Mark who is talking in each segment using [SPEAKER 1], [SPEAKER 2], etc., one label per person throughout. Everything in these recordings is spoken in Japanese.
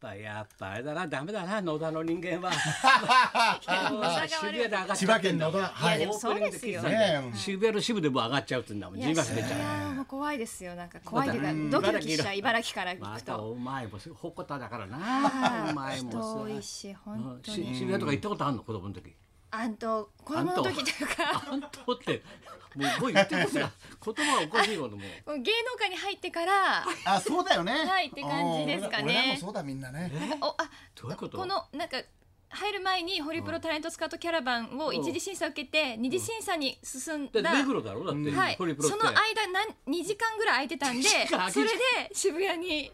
[SPEAKER 1] ぱやっぱあれだなダメだな野田の人間 はもう渋谷で上がっちゃって
[SPEAKER 2] 千葉県の野田はいい
[SPEAKER 1] やでもそうですよ
[SPEAKER 2] オープニングで聞いてたんだよねえ
[SPEAKER 1] 渋谷の支部でもう上がっちゃうってんだもん
[SPEAKER 3] い
[SPEAKER 1] ジー
[SPEAKER 3] や
[SPEAKER 1] マス出ちゃう
[SPEAKER 3] やもう怖いですよなんか怖いというかドキドキしちゃう茨城から行
[SPEAKER 1] ま
[SPEAKER 3] く
[SPEAKER 1] た
[SPEAKER 3] と
[SPEAKER 1] お前もほこただからなお前も
[SPEAKER 3] 遠い
[SPEAKER 1] さ
[SPEAKER 3] し本当
[SPEAKER 1] し
[SPEAKER 3] に
[SPEAKER 1] 渋谷とか行ったことあるの子供の時
[SPEAKER 3] あんと子供の時というか
[SPEAKER 1] 本当ってもうもう 言ってますが言葉おかしいものもう
[SPEAKER 3] もう芸能界に入ってから
[SPEAKER 2] あそうだよね
[SPEAKER 3] はいって感じですかね
[SPEAKER 2] 俺ら俺らもそうだみんなね
[SPEAKER 3] おあ
[SPEAKER 1] どういうこと
[SPEAKER 3] このなんか入る前にホリプロタレントスカウトキャラバンを一次審査受けて二次審査に進ん
[SPEAKER 1] で
[SPEAKER 3] だ、
[SPEAKER 1] 目黒だろだって、
[SPEAKER 3] はい、そ
[SPEAKER 1] ホ
[SPEAKER 3] の
[SPEAKER 1] リプロって
[SPEAKER 3] 間何2時間ぐらい空いてたんで
[SPEAKER 1] 時間空いて
[SPEAKER 3] それで渋谷に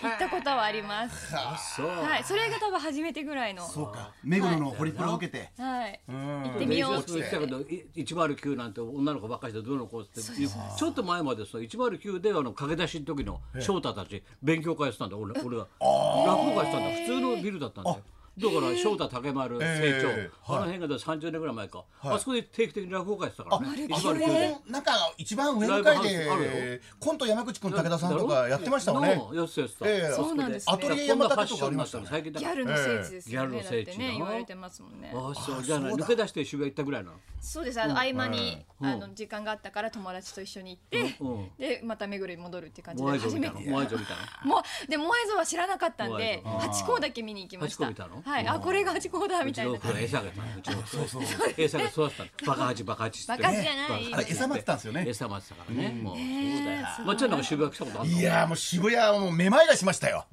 [SPEAKER 3] 行ったことはあります、
[SPEAKER 1] あそう、
[SPEAKER 3] はい、それが多分初めてぐらいの、
[SPEAKER 2] そうか目黒のホリプロを受けて
[SPEAKER 3] はい、
[SPEAKER 2] うん
[SPEAKER 3] 行ってみようっ
[SPEAKER 1] そうしたけどい109なんて女の子ばっかりでどうのこうってちょっと前までさ109であの駆け出しの時の翔太たち勉強会やってたんだ俺俺は落語会やってたんだ普通のビルだったんだよだから翔太竹丸成長、
[SPEAKER 2] え
[SPEAKER 1] あの辺がだから30年ぐらい前か、あそこで定期的に落語会やってたからね
[SPEAKER 2] あそこ
[SPEAKER 1] 109で。
[SPEAKER 2] のなんか一番上の階
[SPEAKER 1] ライブハウスある
[SPEAKER 2] でコント山口君武田さんとかやってましたもんね
[SPEAKER 1] のやってたやってた
[SPEAKER 2] ええ
[SPEAKER 3] そうなんですね
[SPEAKER 2] アトリエ山田とかありましたね
[SPEAKER 1] 最近だ
[SPEAKER 3] ギャルの聖地ですよね、
[SPEAKER 1] ええギャルの聖地
[SPEAKER 3] だって
[SPEAKER 1] だ
[SPEAKER 3] ね
[SPEAKER 1] よ
[SPEAKER 3] 言われてますもんね
[SPEAKER 1] あそうじゃあね抜け出して渋谷行ったぐらいなの
[SPEAKER 3] そうですあの合間に、
[SPEAKER 1] うん
[SPEAKER 3] あの時間があったから友達と一緒に行って、
[SPEAKER 1] うんうん
[SPEAKER 3] でまた巡りに戻るっていう感じ
[SPEAKER 1] モア
[SPEAKER 3] で
[SPEAKER 1] イ像
[SPEAKER 3] 初
[SPEAKER 1] みた
[SPEAKER 3] め
[SPEAKER 1] いな
[SPEAKER 3] て
[SPEAKER 1] モアイ像みたいな
[SPEAKER 3] もうでモアイ像は知らなかったんで
[SPEAKER 1] モ
[SPEAKER 3] 八甲だけ見に行きました
[SPEAKER 1] ハチ公見たの
[SPEAKER 3] はいあこれが八甲だみ
[SPEAKER 1] うち
[SPEAKER 3] たい
[SPEAKER 1] の
[SPEAKER 3] な
[SPEAKER 1] 奥が餌あげたのうちの奥が餌が育てたのバカハチバカハチっつって
[SPEAKER 3] バカハチじゃない
[SPEAKER 1] バカハチっつ
[SPEAKER 2] 餌待ってたんですよね
[SPEAKER 1] 餌待ってたからねもうそうだよまっちゃんなんか渋谷来たことあるの
[SPEAKER 2] いやーもう渋谷はもうめまいがしましたよ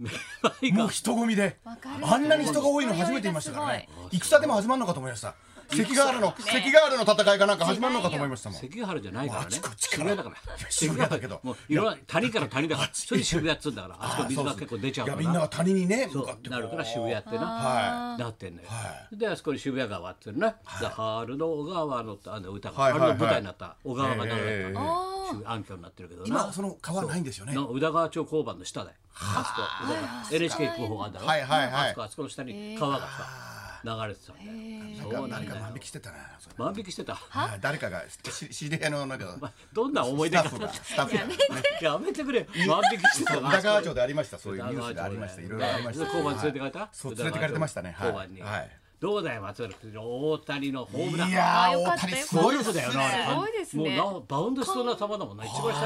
[SPEAKER 2] もう人混みで
[SPEAKER 3] わかる
[SPEAKER 2] あんなに人が多いの初めて見ましたからね
[SPEAKER 3] 人
[SPEAKER 2] 戦でも始まるのかと思いました関ヶ原の関ヶ原の戦いがなんか始まるのかと思いましたもん
[SPEAKER 1] 関ヶ原じゃないから
[SPEAKER 2] あ
[SPEAKER 1] ね
[SPEAKER 2] ちこちから
[SPEAKER 1] 渋谷だから
[SPEAKER 2] 渋谷だけど
[SPEAKER 1] もういろんな谷から谷だからそれで渋谷っつうんだからあそこ水
[SPEAKER 2] そう
[SPEAKER 1] が
[SPEAKER 2] そう
[SPEAKER 1] 結構出ちゃう
[SPEAKER 2] い
[SPEAKER 1] か
[SPEAKER 2] や
[SPEAKER 1] ら
[SPEAKER 2] みんなが谷にね向
[SPEAKER 1] そ
[SPEAKER 2] かっ
[SPEAKER 1] う
[SPEAKER 2] て
[SPEAKER 1] なるから渋谷って
[SPEAKER 2] は
[SPEAKER 1] ななってんのよであそこに渋谷川っていうのね「ザ・ハールの小川の」あの歌が
[SPEAKER 2] は
[SPEAKER 1] あ
[SPEAKER 2] い
[SPEAKER 1] れ
[SPEAKER 2] は
[SPEAKER 1] の
[SPEAKER 2] いはい
[SPEAKER 1] 舞台になった小川が流
[SPEAKER 2] え
[SPEAKER 1] れ
[SPEAKER 2] え
[SPEAKER 1] た渋暗渠になってるけどな
[SPEAKER 2] 今その川ないんですよね
[SPEAKER 1] の宇田川町交番の下だよ。あそこ宇田川 NHK 行く方があるだろ。
[SPEAKER 2] はいはいは
[SPEAKER 1] あ
[SPEAKER 2] い
[SPEAKER 1] そこあそこの下に川がさ流れてたんだよ。そうな
[SPEAKER 2] 誰
[SPEAKER 1] んだ
[SPEAKER 2] か
[SPEAKER 1] よ
[SPEAKER 2] 万引きしてたなそれ
[SPEAKER 1] 万引きしてた。
[SPEAKER 2] あー誰かがし知り合いのなんか
[SPEAKER 1] どんな思い
[SPEAKER 2] ス
[SPEAKER 1] 出
[SPEAKER 2] タ
[SPEAKER 1] か
[SPEAKER 2] ッフがスタッフがね
[SPEAKER 1] やめてくれ。万引きしてたな。
[SPEAKER 2] 宇田川町でありましたそういうニュースでありましたいろいろありました
[SPEAKER 1] 交番連れてかれ
[SPEAKER 2] は
[SPEAKER 1] た
[SPEAKER 2] い？そう連れてかれてましたねはい
[SPEAKER 1] 交番に
[SPEAKER 2] はい。
[SPEAKER 1] どうだよ松原君。大谷のホームラン。
[SPEAKER 2] いやー
[SPEAKER 3] よか
[SPEAKER 2] 大
[SPEAKER 3] った
[SPEAKER 2] 谷
[SPEAKER 3] よ
[SPEAKER 2] すごい
[SPEAKER 3] か
[SPEAKER 2] で
[SPEAKER 3] った
[SPEAKER 1] だ
[SPEAKER 2] すね
[SPEAKER 1] よなあれ
[SPEAKER 3] すごいですね
[SPEAKER 1] もうなバウンドしそうな球だもんな。一番下にコー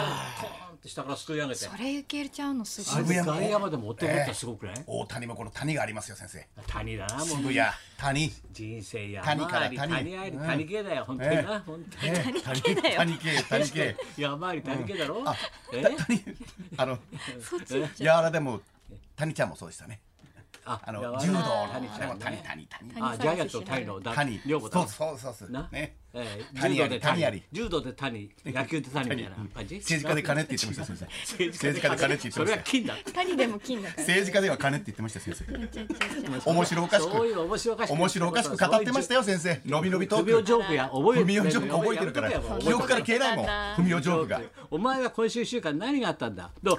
[SPEAKER 1] ンって下からすくい上げて。
[SPEAKER 3] それ受けちゃうのす
[SPEAKER 1] あ
[SPEAKER 3] ご
[SPEAKER 1] れ
[SPEAKER 3] い
[SPEAKER 1] で外野まで持ってくったらすごくない？
[SPEAKER 2] 大谷もこの谷がありますよ先生
[SPEAKER 1] 谷だなもう。
[SPEAKER 2] 渋谷谷
[SPEAKER 1] 人生や
[SPEAKER 2] 谷から
[SPEAKER 1] あり
[SPEAKER 2] 谷
[SPEAKER 1] 谷あり
[SPEAKER 2] うん
[SPEAKER 1] 谷系だよ本当に
[SPEAKER 2] ええ
[SPEAKER 1] な本当に
[SPEAKER 2] 谷系谷系谷系
[SPEAKER 1] 山あり谷系だろえ
[SPEAKER 2] 谷あのやわらでも谷ちゃんもそうでしたね
[SPEAKER 1] あ
[SPEAKER 2] あの
[SPEAKER 1] 山あり
[SPEAKER 2] 柔道の
[SPEAKER 1] 谷ち
[SPEAKER 2] で
[SPEAKER 1] ゃ
[SPEAKER 2] も
[SPEAKER 1] ん
[SPEAKER 2] 谷
[SPEAKER 1] ね
[SPEAKER 2] 谷谷
[SPEAKER 1] あジャイアントとタイのだ
[SPEAKER 2] 谷
[SPEAKER 1] 両方だ
[SPEAKER 2] そうそうそうそう
[SPEAKER 1] な
[SPEAKER 2] ね
[SPEAKER 1] ええ
[SPEAKER 2] 谷
[SPEAKER 1] 柔
[SPEAKER 2] あ
[SPEAKER 1] 道
[SPEAKER 2] り
[SPEAKER 1] で
[SPEAKER 2] 谷あり
[SPEAKER 1] 谷柔道で谷野球で谷みたいな感じ
[SPEAKER 2] 政治家で金って言ってました先生
[SPEAKER 1] 政
[SPEAKER 2] 政治家で金って言っ
[SPEAKER 1] そ
[SPEAKER 2] てま
[SPEAKER 1] れ
[SPEAKER 2] し
[SPEAKER 1] は
[SPEAKER 2] た
[SPEAKER 1] 金だ
[SPEAKER 3] 谷でも金だから
[SPEAKER 2] 政治家では金って言ってました先生
[SPEAKER 3] ちゃちゃちゃ
[SPEAKER 2] 面白おかし
[SPEAKER 1] そうい
[SPEAKER 2] く
[SPEAKER 1] う面白おかしく
[SPEAKER 2] 面白おかしく語ってました
[SPEAKER 1] よ
[SPEAKER 2] よ先生のびのびと
[SPEAKER 1] 首をジョークや覚えて
[SPEAKER 2] 文雄ジョーク覚えてるから
[SPEAKER 1] やめとけよ
[SPEAKER 2] 記憶から消えないもん文雄ジョークが
[SPEAKER 1] お前は今週一週間何があったんだどう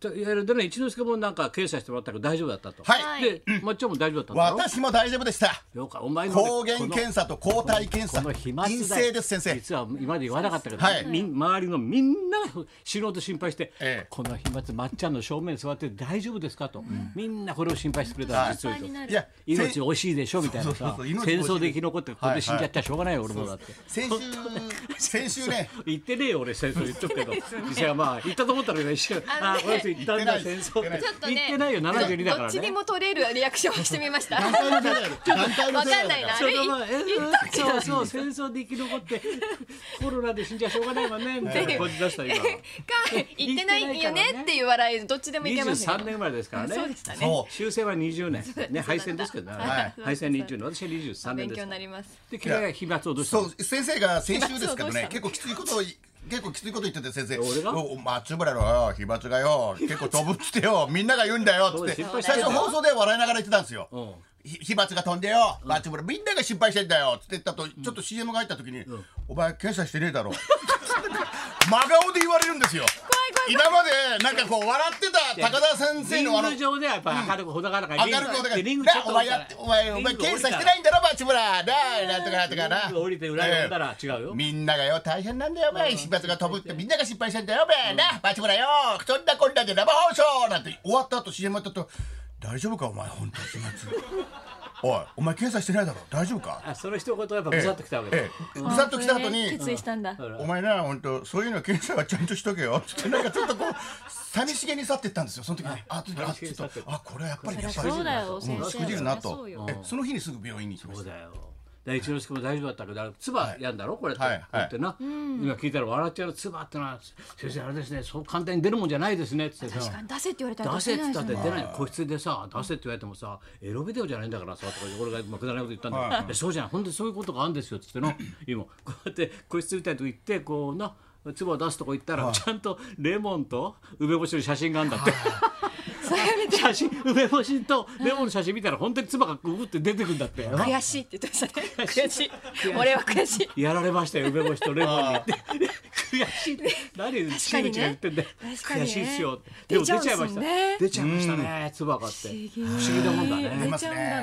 [SPEAKER 1] といわゆるでね一之輔もなんか検査してもらったけど大丈夫だったと
[SPEAKER 2] はい
[SPEAKER 1] で、まっちゃんも大丈夫だったんだろ
[SPEAKER 2] 私も大丈夫でした
[SPEAKER 1] よかお前の
[SPEAKER 2] 抗原検査と抗体検査
[SPEAKER 1] この飛沫だよ
[SPEAKER 2] 陰性です先生
[SPEAKER 1] 実は今まで言わなかったけど、
[SPEAKER 2] はい
[SPEAKER 1] みん周りのみんなが死のうと心配して、
[SPEAKER 2] ええ
[SPEAKER 1] この飛沫まっちゃんの正面に座って大丈夫ですかと、みんなこれを心配してくれたんです、
[SPEAKER 3] 心配になる
[SPEAKER 2] いや
[SPEAKER 1] 命
[SPEAKER 2] せん
[SPEAKER 1] 惜しいでしょみたいな
[SPEAKER 2] そうそ
[SPEAKER 1] さ
[SPEAKER 2] うそう命惜しい
[SPEAKER 1] 戦争で生き残ってここで死んじゃっちゃしょうがないよ、俺もだって。
[SPEAKER 2] 先週先週ね
[SPEAKER 1] 言ってねえよ俺戦争言っとくけど実際はまあ言ったと思ったら一瞬ああこの人言ったんだ
[SPEAKER 2] 言ってない
[SPEAKER 1] 戦争
[SPEAKER 2] 言ってない
[SPEAKER 3] ちょっとね
[SPEAKER 1] 言ってないよ72だ
[SPEAKER 3] ど
[SPEAKER 1] か
[SPEAKER 3] っ
[SPEAKER 1] ら
[SPEAKER 3] ちに
[SPEAKER 1] ね
[SPEAKER 3] も取れるリアクションをしてみ ましたわ
[SPEAKER 2] 団体のせいだよ団体の
[SPEAKER 3] か
[SPEAKER 2] せ
[SPEAKER 3] ん
[SPEAKER 2] い
[SPEAKER 3] な
[SPEAKER 2] だよ
[SPEAKER 3] いなあ
[SPEAKER 1] そ
[SPEAKER 3] れ
[SPEAKER 1] の
[SPEAKER 3] 言
[SPEAKER 1] ままえーそうそう戦争で生き残ってコロナで死んじゃしょうがないわねみたいな感じ出した今
[SPEAKER 3] 言ってないよねっていう笑いどっちでもいけますよ
[SPEAKER 1] 23年生まれですからね
[SPEAKER 3] そうでしたね
[SPEAKER 2] そう
[SPEAKER 1] 終戦は20年ね敗戦ですけどね
[SPEAKER 2] はい
[SPEAKER 1] 敗戦20年私は23年
[SPEAKER 3] 勉
[SPEAKER 1] で
[SPEAKER 3] 強
[SPEAKER 1] す
[SPEAKER 3] になります
[SPEAKER 1] で君が飛沫をどうした
[SPEAKER 2] そ
[SPEAKER 1] の
[SPEAKER 2] う先生が先週ですけ
[SPEAKER 3] 飛沫をど
[SPEAKER 2] ど
[SPEAKER 3] うした
[SPEAKER 2] ね
[SPEAKER 3] の
[SPEAKER 2] 結構きついことを結構きついこと言ってて先生
[SPEAKER 1] 俺が
[SPEAKER 2] お松村のよ飛沫がよ結構飛ぶっつってよみんなが言うんだよっつっ
[SPEAKER 1] そう
[SPEAKER 2] て
[SPEAKER 1] 心配してる
[SPEAKER 2] 最
[SPEAKER 1] よ
[SPEAKER 2] 初放送で笑いながら言ってたんですよ
[SPEAKER 1] ん
[SPEAKER 2] ひ飛沫が飛んでよ松村みんなが心配してんだよっつって言ったとちょっと CM が入った時にお前検査してねえだろ真顔で言われるんですよ今までなんかこう笑ってた高田先生
[SPEAKER 1] リ
[SPEAKER 2] のあの
[SPEAKER 1] ング上ではやっぱ明るくほだかな
[SPEAKER 2] 明
[SPEAKER 1] か
[SPEAKER 2] るくお願い
[SPEAKER 1] リング
[SPEAKER 2] な
[SPEAKER 1] ちょっと
[SPEAKER 2] お
[SPEAKER 1] 降
[SPEAKER 2] 前
[SPEAKER 1] りた
[SPEAKER 2] や
[SPEAKER 1] ら
[SPEAKER 2] ってお前お前検査してないんだろ松村ななんとかなんとか
[SPEAKER 1] リン
[SPEAKER 2] な
[SPEAKER 1] グ降りて裏に呼んだら違うよ
[SPEAKER 2] みんながよ大変なんだよお前飛沫が飛ぶってみんなが心配してんだよお前な松村よそんなこんなで生放送なんて終わった後 CM やったと大丈夫かお前本当4月 おいお前検査してないだろ大丈夫か
[SPEAKER 1] あその一言はやっぱぐさっときたわけだ、
[SPEAKER 2] ええぐさっと来た後に
[SPEAKER 3] 決意したんだ。
[SPEAKER 2] お前な本当そういうのは検査はちゃんとしとけよ つってなんかちょっとこう寂しげに去ってったんですよその時にあちょっとあちょっとあこれはやっぱりやっぱり
[SPEAKER 3] そうだよ、先生。
[SPEAKER 2] しくじる
[SPEAKER 3] そり
[SPEAKER 2] な
[SPEAKER 3] ゃそ
[SPEAKER 2] と
[SPEAKER 3] うよ
[SPEAKER 2] えその日にすぐ病院に行きま
[SPEAKER 1] そ
[SPEAKER 2] し
[SPEAKER 1] う
[SPEAKER 2] た
[SPEAKER 1] だよ。で一之輔も大丈夫だったけど、あの唾やんだろ、これって、
[SPEAKER 2] はいはい
[SPEAKER 1] ってな、今聞いたら笑っちゃう唾ってのは先生あれですねそう簡単に出るもんじゃないですねっつってさ
[SPEAKER 3] 確かに出せって言われたら
[SPEAKER 1] 出せっつったって
[SPEAKER 3] 出せないですもん
[SPEAKER 1] 出ない個室でさ出せって言われてもさエロビデオじゃないんだからさとか俺がまあくだらないこと言ったんだけどいやそうじゃない本当にそういうことがあるんですよっつっての 今こうやって個室みたいなとこ行ってこうな唾を出すとこ行ったらちゃんとレモンと梅干しの写真があるんだって。
[SPEAKER 3] それ見て
[SPEAKER 1] 写真梅干しとレモンの写真見たら本当に唾がググって出てくるんだって。
[SPEAKER 3] 悔しいって言ってましたね。悔しい。俺は悔しい。
[SPEAKER 1] やられましたよ梅干しとレモンにって悔しいって何チキムチが言ってんだよ
[SPEAKER 3] 確かにね
[SPEAKER 1] 悔しいっすよってで
[SPEAKER 3] 出
[SPEAKER 1] も
[SPEAKER 3] ち
[SPEAKER 1] 出
[SPEAKER 3] ゃうん
[SPEAKER 1] ちゃい
[SPEAKER 3] すも
[SPEAKER 1] ま
[SPEAKER 3] ん
[SPEAKER 1] した
[SPEAKER 3] ね
[SPEAKER 1] 出ちゃいましたね唾があって不思議なもんだね
[SPEAKER 3] 出ちゃうんだ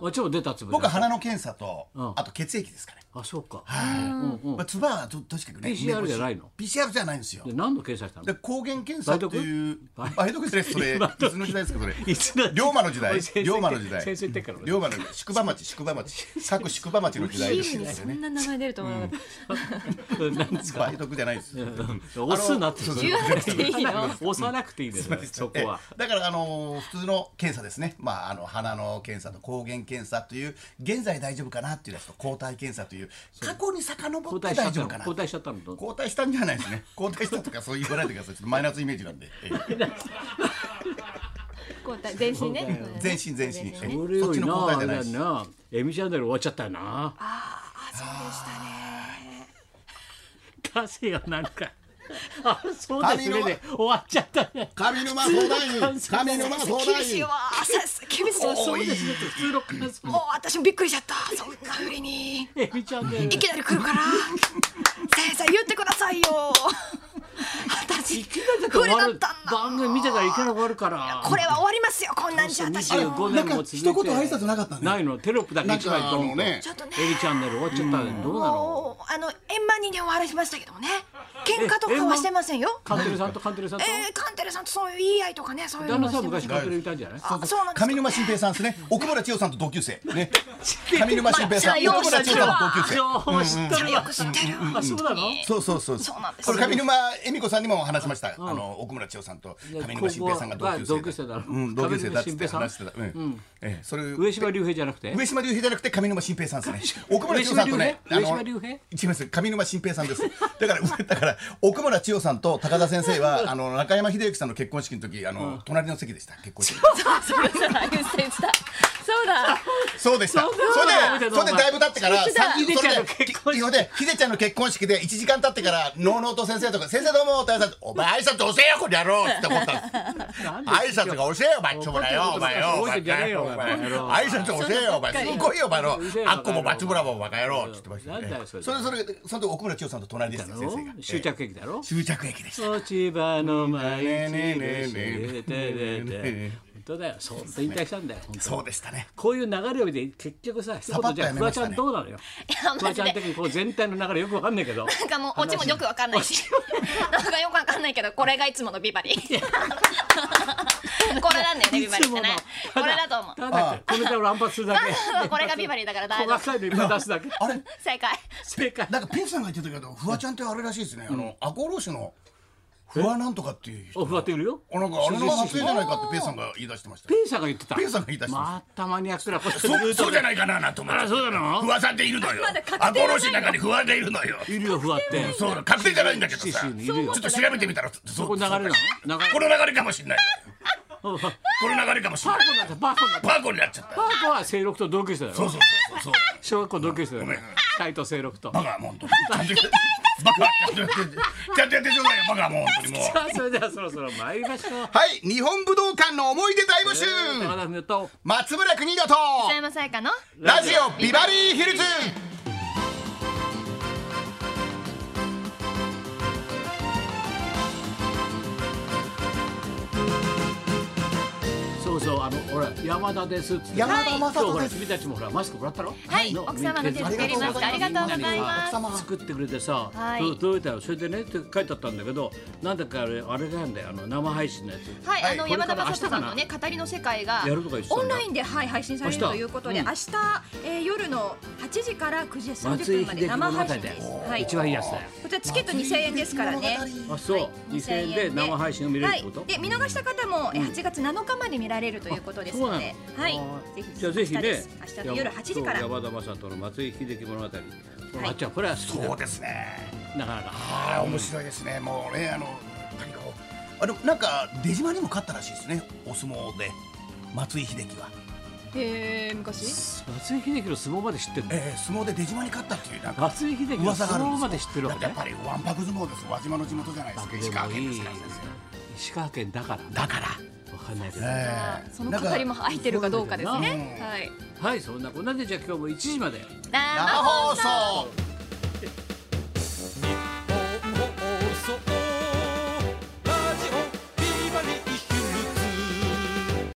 [SPEAKER 1] あちょっと出た唾
[SPEAKER 2] 僕は
[SPEAKER 1] だ
[SPEAKER 2] 鼻の検査と
[SPEAKER 1] ん
[SPEAKER 2] あと血液ですかね
[SPEAKER 1] あそうか
[SPEAKER 2] まあ、つばはととにかくね
[SPEAKER 1] PCR じゃないの
[SPEAKER 2] PCR じゃないんですよ
[SPEAKER 1] で何の検査した
[SPEAKER 2] で
[SPEAKER 1] の
[SPEAKER 2] 抗原検査っていう
[SPEAKER 1] 梅毒
[SPEAKER 2] 梅毒ですそれいつの時代ですかそれ
[SPEAKER 1] いつの時代
[SPEAKER 2] 龍馬の時代
[SPEAKER 1] おい先生
[SPEAKER 2] 龍馬の時代
[SPEAKER 1] 先生言ってっから俺
[SPEAKER 2] 龍馬の宿場町宿 場町各宿場町の時代
[SPEAKER 3] ヒ
[SPEAKER 2] で
[SPEAKER 3] ー
[SPEAKER 2] す
[SPEAKER 3] ルにそんな名前出ると思わなか っ
[SPEAKER 1] 何ですか
[SPEAKER 2] 梅毒じゃないです
[SPEAKER 1] 押すなって
[SPEAKER 2] あの
[SPEAKER 3] た。言わなくていいの。
[SPEAKER 1] 押さなくていいですよそこは
[SPEAKER 2] ええだからあのー普通の検査ですね、まあ、あの鼻の検査と抗原検査という現在大丈夫かなっていうやつと抗体検査という過去に遡
[SPEAKER 1] 交
[SPEAKER 2] っ
[SPEAKER 1] 代
[SPEAKER 2] て
[SPEAKER 1] しちゃ
[SPEAKER 2] 大
[SPEAKER 1] った
[SPEAKER 2] 丈
[SPEAKER 1] の
[SPEAKER 2] 夫かな
[SPEAKER 1] 交代しちゃったのと
[SPEAKER 2] 交代したんじゃないですね交代したとかそう言わないでくださいちょっとマイナスイメージなんで、え え
[SPEAKER 3] こうだ全身ね。
[SPEAKER 2] 全身全身、ええ
[SPEAKER 1] 俺よ
[SPEAKER 2] そっち
[SPEAKER 1] り
[SPEAKER 2] の
[SPEAKER 1] な
[SPEAKER 2] 交代
[SPEAKER 1] あ
[SPEAKER 2] じ
[SPEAKER 1] れ
[SPEAKER 2] ゃない
[SPEAKER 1] だな
[SPEAKER 2] です
[SPEAKER 1] エミチャンネル終わっちゃったよな出せよなんかあそうですねで終わっちゃったね
[SPEAKER 2] 上沼相談員上沼相談
[SPEAKER 3] 厳しい
[SPEAKER 2] 員
[SPEAKER 3] わ。さす厳しい。そう
[SPEAKER 1] そうですねって普通の感想
[SPEAKER 3] もう私もびっくりしちゃった。そんな風に
[SPEAKER 1] エミチャンネル
[SPEAKER 3] いきなり来るから。先生言ってくださいよ。私これだったんだ。
[SPEAKER 1] 番組見てたらいきなり終わるから
[SPEAKER 3] これは終わりますよ。こんなんじゃ私も。
[SPEAKER 1] 25年も続いて
[SPEAKER 2] なんか一言挨拶なかったね
[SPEAKER 1] ないのテロップだけ
[SPEAKER 2] なん
[SPEAKER 1] 一枚
[SPEAKER 2] かあ
[SPEAKER 1] ドン
[SPEAKER 2] のね
[SPEAKER 3] ちょっとね。
[SPEAKER 1] エミチャンネル終わっちゃったねどうなの
[SPEAKER 3] もうあの円満にね終わらしましたけどもね。喧嘩とかはしてませんよ。
[SPEAKER 1] カンテレさんとカンテレさんと
[SPEAKER 3] えー、カンテレさんとそういう言い合いとかねそういうの
[SPEAKER 1] 旦那さ
[SPEAKER 3] はし
[SPEAKER 1] ん
[SPEAKER 3] てま
[SPEAKER 1] 昔カ
[SPEAKER 3] せん
[SPEAKER 1] ンテレ見たんじゃない
[SPEAKER 3] あそうなんです
[SPEAKER 2] 上沼新平さんですね奥村千代さんと同級生 ね上沼新平さん
[SPEAKER 3] まあ
[SPEAKER 2] 奥村千代さんと同級生
[SPEAKER 1] 情報知ってる
[SPEAKER 3] よ
[SPEAKER 1] わ
[SPEAKER 3] く知ってる
[SPEAKER 1] あそうなの
[SPEAKER 2] そうそうそう
[SPEAKER 3] そうなんです
[SPEAKER 2] これ上沼恵美子さんにも話しました、あの奥村千代さんと上沼新平さんが同
[SPEAKER 1] ま
[SPEAKER 2] 級生だ
[SPEAKER 1] あ同級生だろ
[SPEAKER 2] うん、同級生だっつっ
[SPEAKER 1] 上
[SPEAKER 2] て
[SPEAKER 1] 沼新平さん
[SPEAKER 2] 話してた、うんええそれ
[SPEAKER 1] 上島竜兵じゃなくて
[SPEAKER 2] 上島竜兵じゃなくて上沼新平さんですね。 奥村千代さんとね、
[SPEAKER 1] 上島竜兵上島竜
[SPEAKER 2] 違います。上沼新平さんです。だから、だから、奥村千代さんと高田先 生は、あの中山秀幸さんの結婚式の時、あの、隣の席でした。結婚式。
[SPEAKER 3] そうそうそうああいうステージだそうだ
[SPEAKER 2] そうでした。そ
[SPEAKER 1] そうだ
[SPEAKER 2] れで、それでだいぶ経ってから、
[SPEAKER 3] そうだ
[SPEAKER 2] 三人
[SPEAKER 1] 秀
[SPEAKER 2] そ
[SPEAKER 1] ちゃん
[SPEAKER 2] れ
[SPEAKER 1] の
[SPEAKER 2] で、
[SPEAKER 1] 結婚式
[SPEAKER 2] それで、秀ちゃんの結婚式で一時間経ってから、のうのうと先生とか、先生どうも、お父さん、お前挨拶遅えよ、この野郎って思ったんです。
[SPEAKER 1] なんで
[SPEAKER 2] 挨拶が遅えよ、マッチョ村よ、お前よ。
[SPEAKER 1] 覚えてんじゃねえよ
[SPEAKER 2] お前
[SPEAKER 1] お前よ
[SPEAKER 2] 挨拶遅えよ、お前。すごいよ、お前の
[SPEAKER 1] うるせえ。よ
[SPEAKER 2] あっこも松村もバカ野郎って言ってました
[SPEAKER 1] なんだよ
[SPEAKER 2] ね。
[SPEAKER 1] そ
[SPEAKER 2] そ
[SPEAKER 1] れ
[SPEAKER 2] れそれ、その時奥村千代さんと隣でした、先生が。
[SPEAKER 1] 終着駅だろ
[SPEAKER 2] ええ。終着駅でした。
[SPEAKER 1] 落ち葉の舞い
[SPEAKER 2] ねえね
[SPEAKER 1] 散
[SPEAKER 2] え
[SPEAKER 1] るして
[SPEAKER 2] ねえねえ
[SPEAKER 1] てて
[SPEAKER 2] ね
[SPEAKER 1] 本当だよそう引退したんだよ本当
[SPEAKER 2] そうでしたね。
[SPEAKER 1] こういう流れを見て結局さ一言
[SPEAKER 2] パッと
[SPEAKER 1] じゃ
[SPEAKER 2] や
[SPEAKER 1] あ
[SPEAKER 2] め
[SPEAKER 1] フワ
[SPEAKER 2] ま
[SPEAKER 1] ち
[SPEAKER 2] し
[SPEAKER 1] ゃ
[SPEAKER 2] た
[SPEAKER 1] ん
[SPEAKER 2] ね
[SPEAKER 1] どうなのよ
[SPEAKER 3] いや
[SPEAKER 1] フワ
[SPEAKER 3] マ
[SPEAKER 1] ち
[SPEAKER 3] ジ
[SPEAKER 1] ゃん
[SPEAKER 3] で
[SPEAKER 1] 的にこう全体の流れよくわかんないけ ど
[SPEAKER 3] なんかもうオチもよくわかんない しなんかよくわかんないけどこれがいつものビバ リーこれなんだよねビバリーってねこれだと思う
[SPEAKER 1] ただこれで乱発す るだけ
[SPEAKER 3] これがビバリーだから大
[SPEAKER 1] 小
[SPEAKER 3] 丈夫
[SPEAKER 1] 学いのいっぱい出すだけ
[SPEAKER 2] あれ
[SPEAKER 3] 正解
[SPEAKER 1] 正解
[SPEAKER 2] なんかピンさんが言ってたけど、フワちゃんってあれらしいですね。あの、赤穂浪士のフワなんとかっていう人。
[SPEAKER 1] おふわっているよ
[SPEAKER 2] あなんかあれの発明じゃないかってペイさんが言い出してまし た
[SPEAKER 1] ペ。ンさんが言ってた
[SPEAKER 2] ペンさんが言い出した
[SPEAKER 1] またマニアックなこと
[SPEAKER 2] そうそうじゃ
[SPEAKER 1] い
[SPEAKER 2] ないかななんて思っ
[SPEAKER 1] あそうなの
[SPEAKER 2] 不破さんっているのよ
[SPEAKER 3] だ確定。は
[SPEAKER 2] ア
[SPEAKER 3] ない
[SPEAKER 2] コロシの中に不破がいるのよ。
[SPEAKER 1] いるよふわって
[SPEAKER 2] そうなの確定じゃないんだけど
[SPEAKER 1] シシ
[SPEAKER 2] さ。
[SPEAKER 1] にい
[SPEAKER 2] ち
[SPEAKER 1] るよ
[SPEAKER 2] ょっと調べてみたら、そ
[SPEAKER 1] そこ流れなの
[SPEAKER 2] そう
[SPEAKER 1] 流
[SPEAKER 2] こ
[SPEAKER 1] れ
[SPEAKER 2] の流れかもしれない。この流れかもしれ
[SPEAKER 1] パー
[SPEAKER 2] ない。
[SPEAKER 1] コなんてパーコなんて
[SPEAKER 2] パーコになっちゃった。
[SPEAKER 1] パーコは清六と同級生だよ
[SPEAKER 2] そうそうそうそうそう。
[SPEAKER 1] 小学校同級生だよ
[SPEAKER 2] ごめん
[SPEAKER 1] 斎藤清六と
[SPEAKER 2] バカもう本当に。バカちゃんとやってちゃんとやってちょうだいよ。バカもう本当にもう。
[SPEAKER 1] さあそれではそろそろ参りましょう
[SPEAKER 2] はい、日本武道館の思い出大募集。
[SPEAKER 1] 高田文夫と
[SPEAKER 2] 松村邦洋と
[SPEAKER 3] 北山さやかの
[SPEAKER 2] ラジオビバリーヒルズ。
[SPEAKER 1] そそうそうあのほら山田ですっつって
[SPEAKER 2] 山田
[SPEAKER 1] 今
[SPEAKER 2] 正
[SPEAKER 1] 日ほ
[SPEAKER 2] 人
[SPEAKER 1] ら
[SPEAKER 2] です
[SPEAKER 1] 君たちもほらマスクもらったろ
[SPEAKER 3] はい
[SPEAKER 1] の
[SPEAKER 3] 奥様の手作りマスクありがとうございます
[SPEAKER 1] みんなにさ作ってくれてさ
[SPEAKER 3] はい
[SPEAKER 1] と届いたよそれでねって書いてあったんだけどなんだかあれあれなんだよあの生配信のやつ
[SPEAKER 3] はい、あの
[SPEAKER 1] はい
[SPEAKER 3] 山田
[SPEAKER 1] これから明
[SPEAKER 3] 雅人
[SPEAKER 1] 日か
[SPEAKER 3] さ
[SPEAKER 1] なん
[SPEAKER 3] のね語りの世界が
[SPEAKER 1] やるとか言ってたん
[SPEAKER 3] オ
[SPEAKER 1] だ
[SPEAKER 3] ンラインではい配信される
[SPEAKER 1] 明日
[SPEAKER 3] ということで
[SPEAKER 1] うん
[SPEAKER 3] 明日えー夜の8時から9時
[SPEAKER 1] 松
[SPEAKER 3] 30
[SPEAKER 1] 井
[SPEAKER 3] 分ま
[SPEAKER 1] 秀喜物
[SPEAKER 3] で生
[SPEAKER 1] 語
[SPEAKER 3] 配信
[SPEAKER 1] だ
[SPEAKER 3] で
[SPEAKER 1] よ
[SPEAKER 3] す。はい。
[SPEAKER 1] 一番いいやつだよ
[SPEAKER 3] こちらチケット2000円ですからね。
[SPEAKER 1] あそう2000円で生配信を見れるってこ
[SPEAKER 3] は
[SPEAKER 1] と
[SPEAKER 3] い、で見逃した方もえー8月7日まで見られるということですので、
[SPEAKER 1] あ
[SPEAKER 3] はい
[SPEAKER 1] ー、
[SPEAKER 3] ぜひ
[SPEAKER 1] じゃあぜひ
[SPEAKER 3] 明日で
[SPEAKER 1] ね
[SPEAKER 3] す明日の夜8時から、
[SPEAKER 1] そう
[SPEAKER 3] は
[SPEAKER 1] 山田正人の松井秀喜物語
[SPEAKER 3] はい
[SPEAKER 1] あっちゃんこれは好きだ
[SPEAKER 2] そうですね
[SPEAKER 1] なかなか
[SPEAKER 2] ああ面白いですねもうねあの何かこうあのなんか出島にも勝ったらしいですねお相撲で松井秀喜は
[SPEAKER 3] へえ昔、
[SPEAKER 1] 松井秀喜の相撲まで知ってるの
[SPEAKER 2] えー、相撲で出島に勝ったっていうなんか
[SPEAKER 1] 松井秀喜の
[SPEAKER 2] 噂があ
[SPEAKER 1] 相
[SPEAKER 2] るんです
[SPEAKER 1] 撲
[SPEAKER 2] よ
[SPEAKER 1] まで知ってるわけ
[SPEAKER 2] だっ
[SPEAKER 1] ね
[SPEAKER 2] てやっぱりわんぱく相撲です輪島の地元じゃないですか石川県ですから先
[SPEAKER 1] 石川県だから
[SPEAKER 2] 生だから
[SPEAKER 1] わかんないけど
[SPEAKER 2] え
[SPEAKER 3] その語りも入ってるかどうかです
[SPEAKER 1] なん
[SPEAKER 2] か
[SPEAKER 3] ね。はい。
[SPEAKER 1] はいそんなこんなでじゃあ今日も1時まで
[SPEAKER 3] 生
[SPEAKER 2] 生放送